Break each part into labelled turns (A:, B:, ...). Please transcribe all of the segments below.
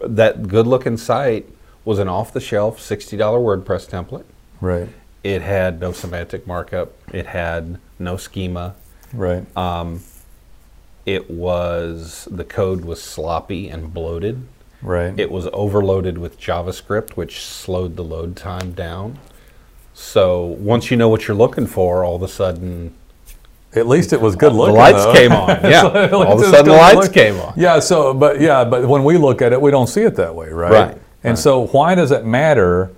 A: that good looking site was an off the shelf $60 WordPress template.
B: Right.
A: It had no semantic markup, it had no schema.
B: Right.
A: Uh, It was, the code was sloppy and bloated.
B: right.
A: It was overloaded with JavaScript, which slowed the load time down. So once you know what you're looking for, all of a sudden
B: At least it was good looking.
A: the lights
B: though.
A: came on. Yeah,
B: At
A: all of
B: least
A: a
B: it was
A: sudden the
B: good
A: lights
B: look-
A: came on.
B: Yeah. So, but yeah, but when we look at it, we don't see it that way, right?
A: Right,
B: And so, why does it matter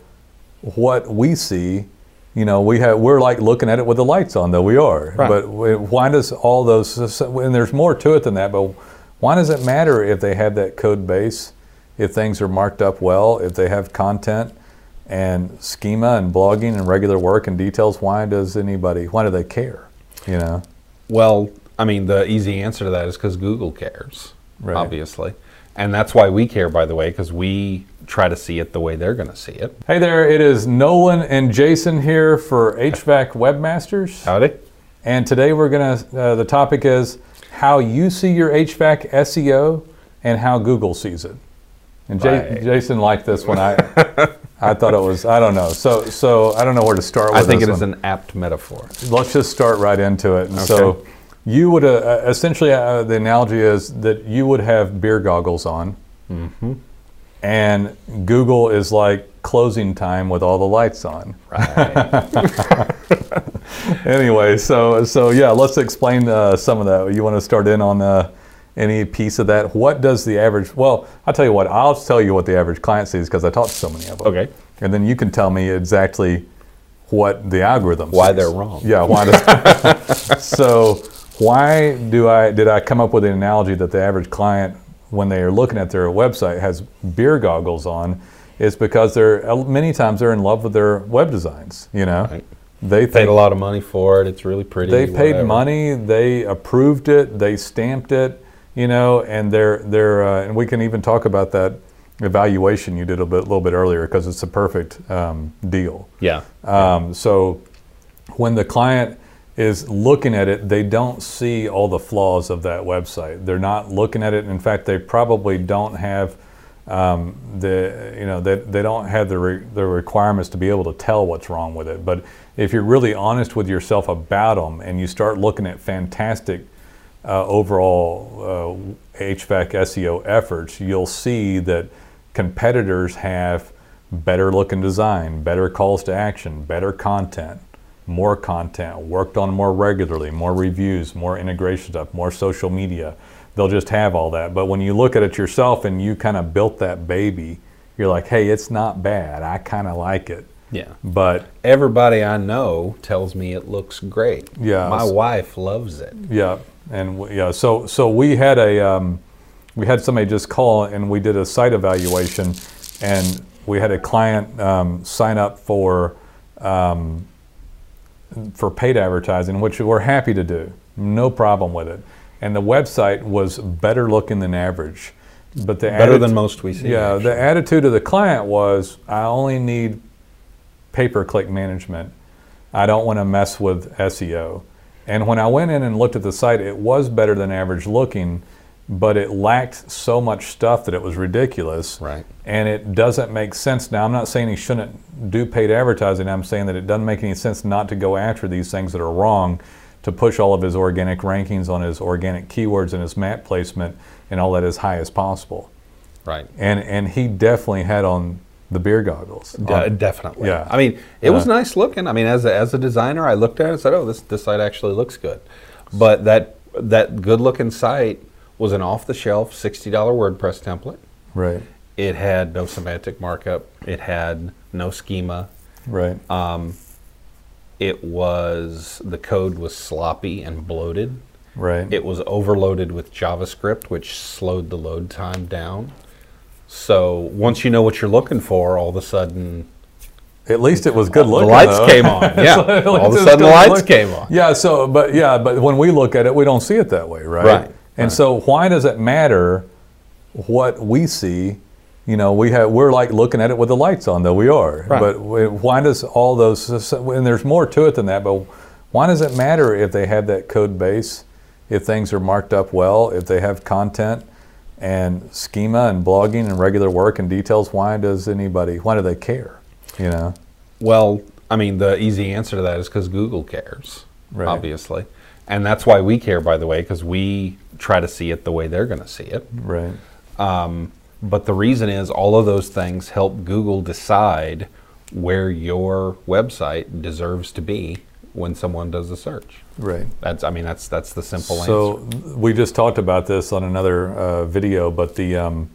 B: what we see? You know, we have we're like looking at it with the lights on, though we are.
A: Right.
B: But we- why does all those? And there's more to it than that. But why does it matter if they have that code base, if things are marked up well, if they have content? And schema and blogging and regular work and details. Why does anybody? Why do they care? You know.
A: Well, I mean, the easy answer to that is because Google cares,
B: Right.
A: obviously. And that's why we care, by the way, because we try to see it the way they're going to see it.
B: Hey there, it is Nolan and Jason here for HVAC Webmasters.
A: Howdy.
B: And today we're going to, uh, the topic is how you see your HVAC SEO E and how Google sees it. And Ja-
A: Right.
B: Jason liked this one. I, I thought it was, I don't know. So, so I don't know where to start with
A: I think it
B: this
A: is
B: one.
A: an apt metaphor.
B: Let's just start right into it. And so you would, uh, essentially, uh, the analogy is that you would have beer goggles on.
A: Mm-hmm.
B: And Google is like closing time with all the lights on.
A: Right.
B: anyway, so so yeah, let's explain uh, some of that. You want to start in on uh, any piece of that? What does the average? Well, I'll tell you what. I'll tell you what the average client sees because I talked to so many of them.
A: Okay.
B: And then you can tell me exactly what the algorithm.
A: Why
B: sees.
A: they're wrong.
B: Yeah. Why? Does, so why do I did I come up with an analogy that the average client when they are looking at their website has beer goggles on? Is because they're uh, many times they're in love with their web designs. You know.
A: Right.
B: They think
A: Paid a lot of money for it. It's really pretty.
B: they paid
A: whatever.
B: money. They approved it. They stamped it. You know, and they're they're uh, and we can even talk about that evaluation you did a bit little bit earlier because it's a perfect um, deal.
A: Yeah.
B: Um, so when the client is looking at it, they don't see all the flaws of that website. They're not looking at it. In fact, they probably don't have um, the you know they, they don't have the re- the requirements to be able to tell what's wrong with it. But if you're really honest with yourself about them and you start looking at fantastic uh, overall uh, HVAC SEO efforts, you'll see that competitors have better looking design, better calls to action, better content, more content, worked on more regularly, more reviews, more integration stuff, more social media. They'll just have all that. But when you look at it yourself and you kind of built that baby, you're like, hey, it's not bad. I kind of like it.
A: Yeah.
B: But
A: Everybody I know tells me it looks great.
B: Yeah.
A: My wife loves it.
B: Yeah, and w- yeah, so so we had a um, we had somebody just call and we did a site evaluation, and we had a client um, sign up for um, for paid advertising, which we're happy to do, no problem with it. And the website was better looking than average, but the
A: Better
B: atti-
A: than most we see.
B: yeah, the attitude of the client was, I only need pay per click management. I don't want to mess with SEO. And when I went in and looked at the site, it was better than average looking, but it lacked so much stuff that it was ridiculous.
A: Right.
B: And it doesn't make sense. Now, I'm not saying you shouldn't do paid advertising. I'm saying that it doesn't make any sense not to go after these things that are wrong to push all of his organic rankings on his organic keywords and his map placement and all that as high as possible
A: Right.
B: and and he definitely had on the beer goggles.
A: De-
B: On-
A: Uh, definitely.
B: yeah.
A: I mean, it was nice looking. I mean, as a, as a designer, I looked at it and said, "Oh, this this site actually looks good." But that that good looking site was an off the shelf sixty dollar WordPress template.
B: right,
A: It had no semantic markup. It had no schema.
B: right,
A: Uh, It was the code was sloppy and bloated.
B: right,
A: It was overloaded with JavaScript, which slowed the load time down. So once you know what you're looking for, all of a sudden
B: At least it was good
A: the
B: looking.
A: lights
B: though.
A: came on. Yeah,
B: At
A: all of
B: least
A: a
B: it was
A: sudden the
B: good
A: lights
B: looking.
A: came on.
B: Yeah. So, but yeah, but when we look at it, we don't see it that way, right?
A: Right,
B: And so, why does it matter what we see? You know, we have we're like looking at it with the lights on, though we are.
A: Right.
B: But we- why does all those? And there's more to it than that. But why does it matter if they have that code base, if things are marked up well, if they have content, and schema and blogging and regular work and details why does anybody why do they care you know
A: Well, I mean, the easy answer to that is because Google cares,
B: Right.
A: obviously. And that's why we care, by the way, because we try to see it the way they're going to see it.
B: right
A: But the reason is all of those things help Google decide where your website deserves to be when someone does a search.
B: right
A: That's, I mean, that's that's the simple
B: so
A: answer.
B: we just talked about this on another uh, video but the um,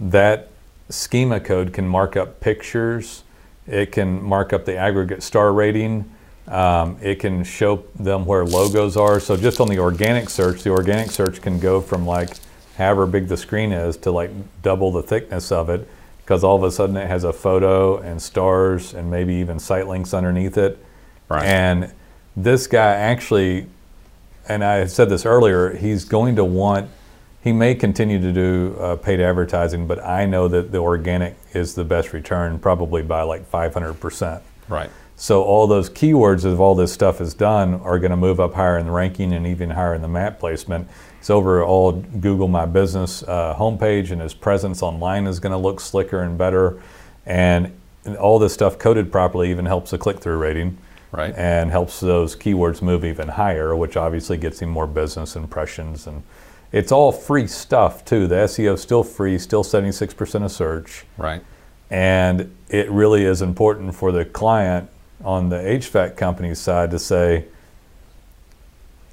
B: that schema code can mark up pictures it can mark up the aggregate star rating um, it can show them where logos are so just on the organic search the organic search can go from like however big the screen is to like double the thickness of it because all of a sudden it has a photo and stars and maybe even site links underneath it
A: Right.
B: and this guy actually and I said this earlier, he's going to want, he may continue to do uh, paid advertising, but I know that the organic is the best return probably by like 500%.
A: Right.
B: So all those keywords of all this stuff is done are going to move up higher in the ranking and even higher in the map placement. His overall Google My Business uh, homepage and his presence online is going to look slicker and better, and all this stuff coded properly even helps the click-through rating,
A: Right.
B: And helps those keywords move even higher, which obviously gets him more business impressions and. It's all free stuff too. The SEO is still free, still 76% of search.
A: Right.
B: And it really is important for the client on the HVAC company's side to say,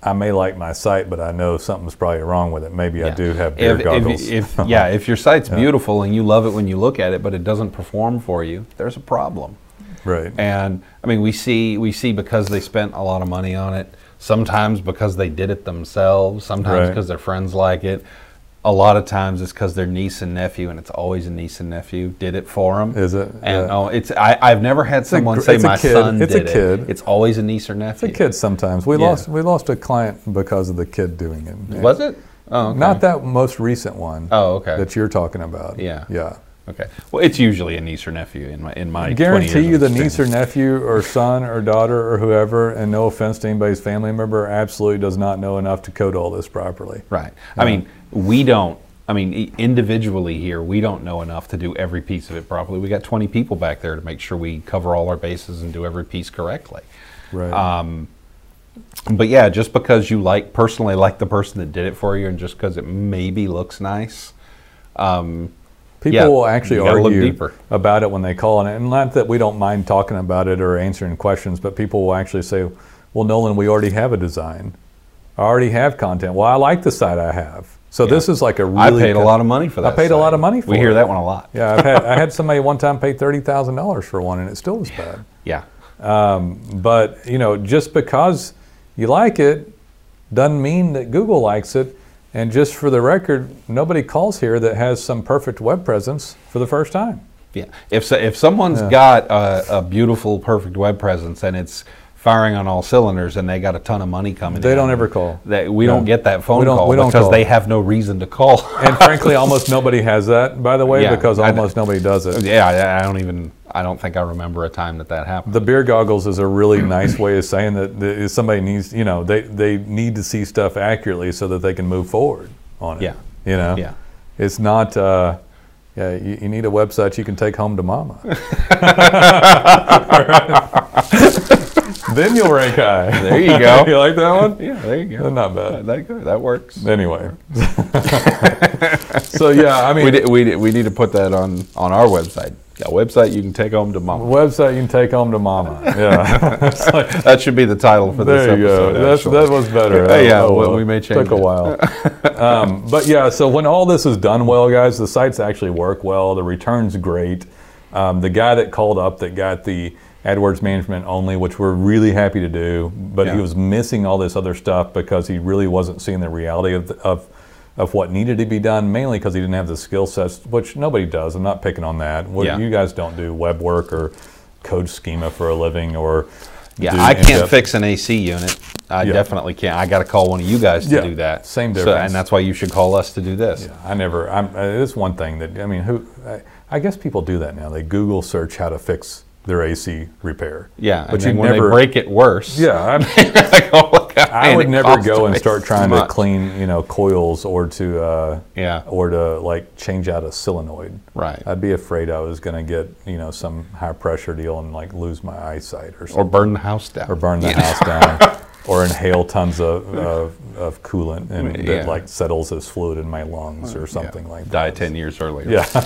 B: I may like my site, but I know something's probably wrong with it. Maybe I
A: Yeah.
B: do have beer
A: If,
B: goggles.
A: if, if, yeah, if your site's beautiful and you love it when you look at it, but it doesn't perform for you, there's a problem.
B: right.
A: And I mean, we see we see because they spent a lot of money on it. Sometimes because they did it themselves. Sometimes
B: Right.
A: because their friends like it. A lot of times it's because their niece and nephew, and it's always a niece and nephew did it for them.
B: Is it?
A: And
B: Yeah.
A: oh, it's I, I've never had
B: a
A: someone
B: gr-
A: say
B: it's a
A: my
B: kid.
A: son
B: It's a
A: did
B: kid.
A: it. It's always a niece or nephew.
B: the kids sometimes. We
A: Yeah.
B: lost we lost a client because of the kid doing it.
A: Was it? Oh, okay.
B: Not that most recent one.
A: Oh, okay.
B: That you're talking about.
A: Yeah.
B: Yeah.
A: Okay. Well, it's usually a niece or nephew in my in my.
B: I
A: 20
B: guarantee
A: years
B: you
A: of
B: the
A: experience.
B: niece or nephew or son or daughter or whoever, and no offense to anybody's family member, absolutely does not know enough to code all this properly.
A: Right. I mean, we don't. I mean, i- individually here, we don't know enough to do every piece of it properly. We got 20 people back there to make sure we cover all our bases and do every piece correctly.
B: Right.
A: Um, But yeah, just because you like personally like the person that did it for you, and just because it maybe looks nice,
B: People
A: Yeah,
B: will actually
A: you gotta look
B: argue
A: deeper.
B: about it when they call on it. And not that we don't mind talking about it or answering questions, but people will actually say, Well, Nolan, we already have a design. I already have content. Well, I like the site I have. So this is like a really
A: I paid a
B: con-
A: lot of money for
B: I
A: that.
B: paid a lot
A: site.
B: of money for
A: We
B: it.
A: hear that one a lot.
B: Yeah, I've had I had somebody one time pay thirty thousand dollars for one and it still was bad.
A: Yeah.
B: But you know, just because you like it doesn't mean that Google likes it. And just for the record, nobody calls here that has some perfect web presence for the first time.
A: Yeah. If so, if someone's got a, a beautiful, perfect web presence and it's firing on all cylinders and they got a ton of money coming
B: They
A: in,
B: don't ever call.
A: They, we
B: No.
A: don't get that phone
B: We don't-
A: call
B: we don't
A: because
B: call.
A: they have no reason to call.
B: And frankly, almost nobody has that, by the way,
A: Yeah,
B: because
A: I-
B: almost nobody does it.
A: yeah, I, I don't even. I don't think I remember a time that that happened.
B: The beer goggles is a really nice way of saying that the- somebody needs, you know, they, they need to see stuff accurately so that they can move forward on it.
A: Yeah.
B: You know?
A: Yeah.
B: It's not, uh, yeah, you, you need a website you can take home to mama. then you'll rank high.
A: There you go.
B: you like that one?
A: yeah, there you go.
B: Not bad.
A: That, go- that works.
B: Anyway. so, yeah, I mean,
A: We, did, we, did, we need to put that on, on our website. A website you can take home to mom.
B: website you can take home to mama. Yeah. It's like-
A: That should be the title for this
B: there you
A: episode.
B: go. That's,
A: actually.
B: that was better.
A: Yeah, yeah,
B: Oh,
A: we-
B: well,
A: we may change
B: Took a
A: it.
B: while. um, but yeah, so when all this is done well, guys, the sites actually work well. The return's great. Um, the guy that called up that got the AdWords management only, which we're really happy to do, but he
A: Yeah.
B: was missing all this other stuff because he really wasn't seeing the reality of, of of what needed to be done, mainly because he didn't have the skill sets, which nobody does. I'm not picking on that. What-
A: Yeah.
B: You guys don't do web work or code schema for a living or do
A: Yeah, I
B: in-depth-
A: can't fix an AC unit. I
B: Yeah.
A: definitely can't. I got to call one of you guys to
B: Yeah,
A: do that.
B: same
A: So-
B: difference.
A: and that's why you should call us to do this.
B: Yeah, I never. I'm, uh, it's one thing that I mean. Who? I, I guess people do that now. They Google search how to fix their AC repair.
A: Yeah, but
B: but you
A: when
B: never.
A: they break it worse,
B: yeah, I'm,
A: like, oh my God,
B: I
A: and
B: would
A: it
B: never
A: costs
B: go and
A: twice
B: start
A: as
B: trying to
A: much.
B: clean, you know, coils or to uh,
A: Yeah.
B: or to like change out a solenoid.
A: Right.
B: I'd be afraid I was going to get you know some high pressure deal and like lose my eyesight or
A: or
B: something,
A: burn the house down,
B: or, burn the house down, or inhale tons of of, of coolant and
A: Yeah.
B: that like settles as fluid in my lungs or something like that.
A: die ten years earlier.
B: Yeah.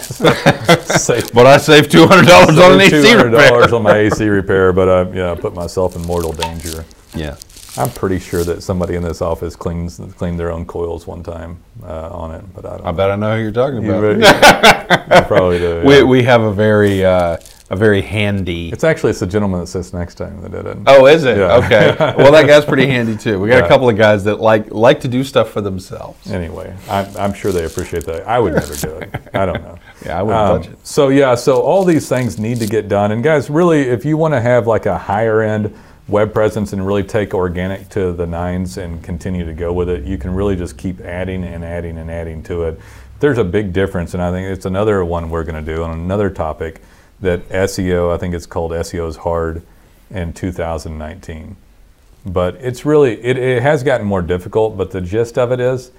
B: Save
A: but I saved two hundred dollars on an AC repair.
B: $200 on my AC repair, but I, yeah, I put myself in mortal danger.
A: Yeah,
B: I'm pretty sure that somebody in this office cleans cleaned their own coils one time uh, on it, but I
A: I
B: don't.
A: bet I know who you're talking
B: You
A: about.
B: re- you probably do.
A: We
B: yeah.
A: we have a very uh, a very handy.
B: it's actually it's the gentleman that sits next to him that did it.
A: Oh, is it?
B: Yeah.
A: Okay. Well, that guy's pretty handy too. We got
B: Yeah.
A: a couple of guys that like like to do stuff for themselves.
B: Anyway, I, I'm sure they appreciate that. I would never do it. I don't know.
A: Yeah, I wouldn't
B: Um,
A: budget.
B: So yeah, so all these things need to get done. And guys, really, if you want to have like a higher end web presence and really take organic to the nines and continue to go with it, you can really just keep adding and adding and adding to it. There's a big difference, and I think it's another one we're going to do on another topic that SEO. I think it's called SEO is hard in 2019 but it's really it, it has gotten more difficult but the gist of it is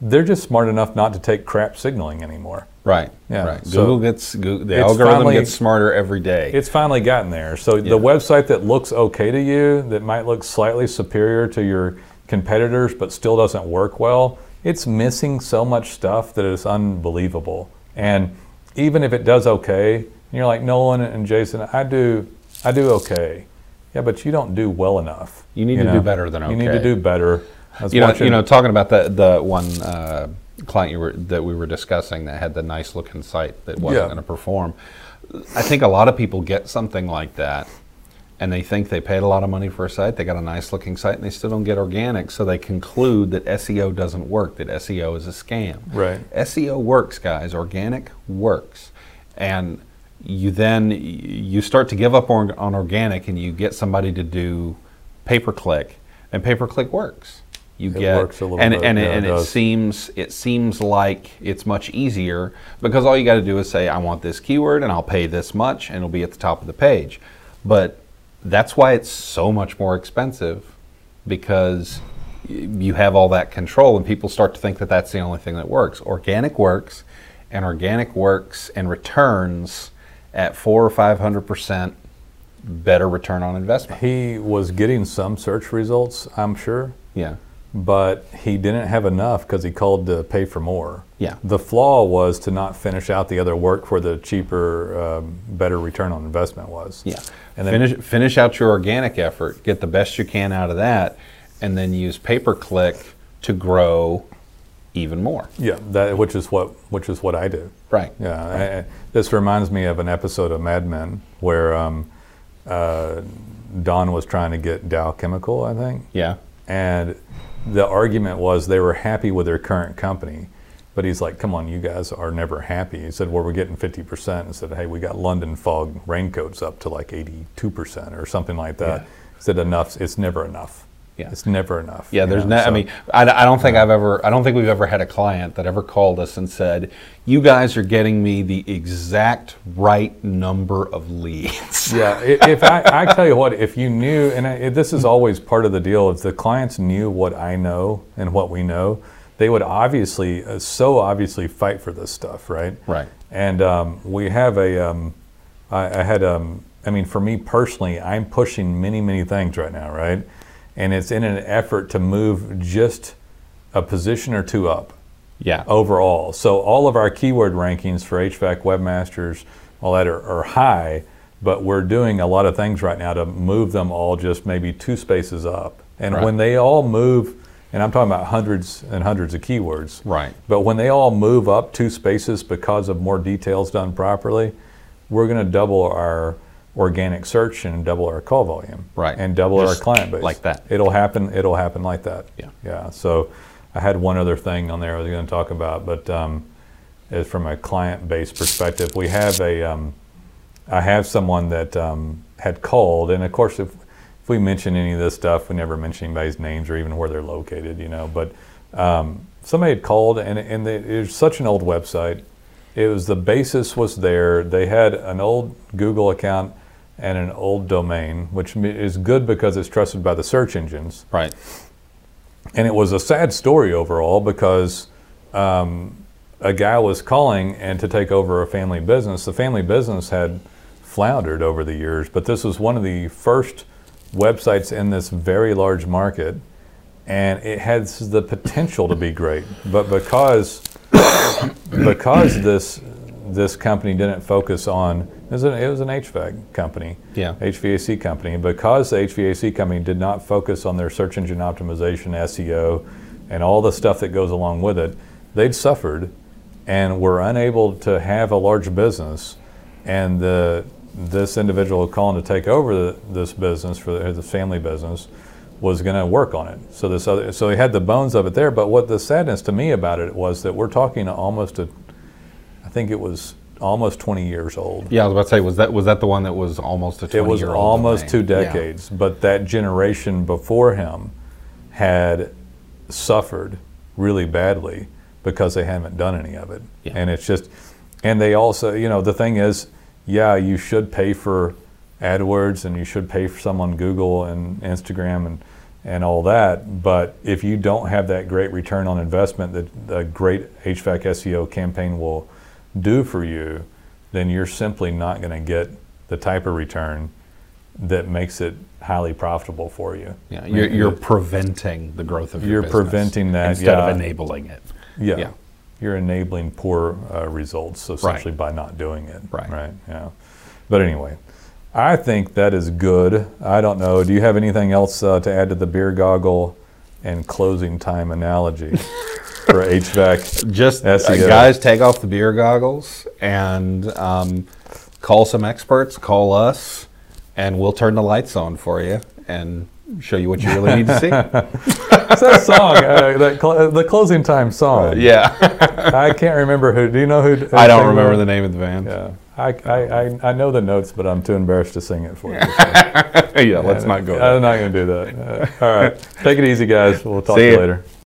B: they're just smart enough not to take crap signaling anymore
A: Right.
B: Yeah,
A: Right.
B: so-
A: Google gets Google, the
B: It's
A: algorithm
B: finally-
A: gets smarter every day.
B: it's finally gotten there so the website that looks okay to you that might look slightly superior to your competitors but still doesn't work well it's missing so much stuff that is unbelievable and even if it does okay and you're like nolan and jason i do i do okay yeah but you don't do well enough
A: You need to do better than
B: you need to
A: okay.
B: do better I was
A: you know,
B: watching-
A: you know, talking about the the one uh, client you were that we were discussing that had the nice looking site that wasn't
B: Yeah.
A: going to perform. I think a lot of people get something like that, and they think they paid a lot of money for a site. They got a nice looking site, and they still don't get organic. So they conclude that SEO doesn't work. That SEO is a scam.
B: Right.
A: SEO E works, guys. Organic works, and you then you start to give up on, on organic, and you get somebody to do pay per click, and pay per click works. You
B: It
A: get
B: works a little
A: and
B: bit,
A: and, it,
B: yeah, it
A: and it
B: does.
A: seems it seems like it's much easier because all you got to do is say I want this keyword and I'll pay this much and it'll be at the top of the page. But that's why it's so much more expensive because y- you have all that control and people start to think that that's the only thing that works. Organic works and organic works and returns at 4 or 500% better return on investment.
B: He was getting some search results, I'm sure,
A: Yeah.
B: but he didn't have enough because he called to pay for more.
A: Yeah.
B: The flaw was to not finish out the other work where the cheaper, um, better return on investment was.
A: Yeah.
B: And then
A: finish finish out your organic effort, get the best you can out of that, and then use pay per click to grow even more.
B: yeah, that which is what which is what I do.
A: Right.
B: Yeah, I- I- this reminds me of an episode of Mad Men where um, uh, Don was trying to get Dow Chemical, I think.
A: Yeah.
B: And the argument was they were happy with their current company. But he's like, come on, you guys are never happy. He said, well, we're getting 50%. And said, hey, we got London fog raincoats up to like 82% or something like that. He said, enough, it's never enough.
A: Yeah.
B: It's never enough.
A: Yeah,
B: you
A: there's
B: know,
A: no. I
B: so-
A: mean, I, I don't think I've ever. I don't think we've ever had a client that ever called us and said, "You guys are getting me the exact right number of leads."
B: Yeah, i- if I, I tell you what, if you knew, and I, this is always part of the deal, if the clients knew what I know and what we know, they would obviously, uh, so obviously, fight for this stuff, right?
A: Right.
B: And um, we have a, um, I, I had, um, I mean, for me personally, I'm pushing many, many things right now, right? And it's in an effort to move just a position or two up
A: Yeah. Oh,
B: overall. So all of our keyword rankings for HVAC webmasters, all that are, are high, but we're doing a lot of things right now to move them all just maybe two spaces up. And
A: Right.
B: when they all move, and I'm talking about hundreds and hundreds of keywords,
A: Right.
B: But when they all move up two spaces because of more details done properly, we're going to double our organic search and double our call volume,
A: Right.
B: And double
A: Just
B: our client base
A: like that.
B: It'll happen. It'll happen like that.
A: Yeah.
B: Yeah. So I had one other thing on there I was going to talk about, but um, is from a client-based perspective, we have a. Um, I have someone that um, had called, and of course, if if we mention any of this stuff, we never mention anybody's names or even where they're located, you know. But um, somebody had called, and and they, it was such an old website. It was the basis was there. They had an old Google account and an old domain, which me- is good because it's trusted by the search engines.
A: Right.
B: And it was a sad story overall because um, a guy was calling and to take over a family business. The family business had floundered over the years, but this was one of the first websites in this very large market, and it has the potential to be great. But because because this this company didn't focus on it was an, it was an HVAC company,
A: Yeah.
B: HVAC company. And because the HVAC company did not focus on their search engine optimization, SEO, and all the stuff that goes along with it, they'd suffered and were unable to have a large business. And the this individual calling to take over the, this business for the, the family business was going to work on it. So this other, so he had the bones of it there. But what the sadness to me about it was that we're talking almost a, I think it was almost 20 years old.
A: Yeah, I was about to say, was that was that the one that was almost a
B: It
A: 20
B: was
A: year
B: almost two decades, but that generation before him had suffered really badly because they haven't done any of it.
A: Yeah.
B: And it's just, and they also, you know, the thing is, yeah, you should pay for AdWords and you should pay for some on Google and Instagram and, and all that. But if you don't have that great return on investment that a great HVAC SEO campaign will do for you, then you're simply not going to get the type of return that makes it highly profitable for you.
A: Yeah,
B: I
A: you're,
B: mean,
A: you're preventing the growth of your
B: You're
A: business
B: preventing that,
A: instead
B: yeah.
A: of enabling it.
B: Yeah.
A: Yeah.
B: You're enabling poor uh, results essentially by not doing it.
A: Right.
B: Right. Yeah. But anyway, I think that is good. I don't know. Do you have anything else uh, to add to the beer goggle and closing time analogy for HVAC?
A: Just
B: That's
A: uh,
B: a good-
A: guys, take off the beer goggles and um, call some experts. Call us, and we'll turn the lights on for you and show you what you really need to see.
B: It's that song, uh, that cl- the closing time song.
A: Uh, Yeah,
B: I can't remember who. Do you know who? who
A: I don't
B: sang
A: remember
B: that?
A: the name of the band. Yeah,
B: Yeah. I, I, I, I know the notes, but I'm too embarrassed to sing it for you.
A: let's not go. there.
B: Uh, I'm not going to do that. Uh, all right. Take it easy, guys. We'll talk
A: See
B: to you
A: ya.
B: later.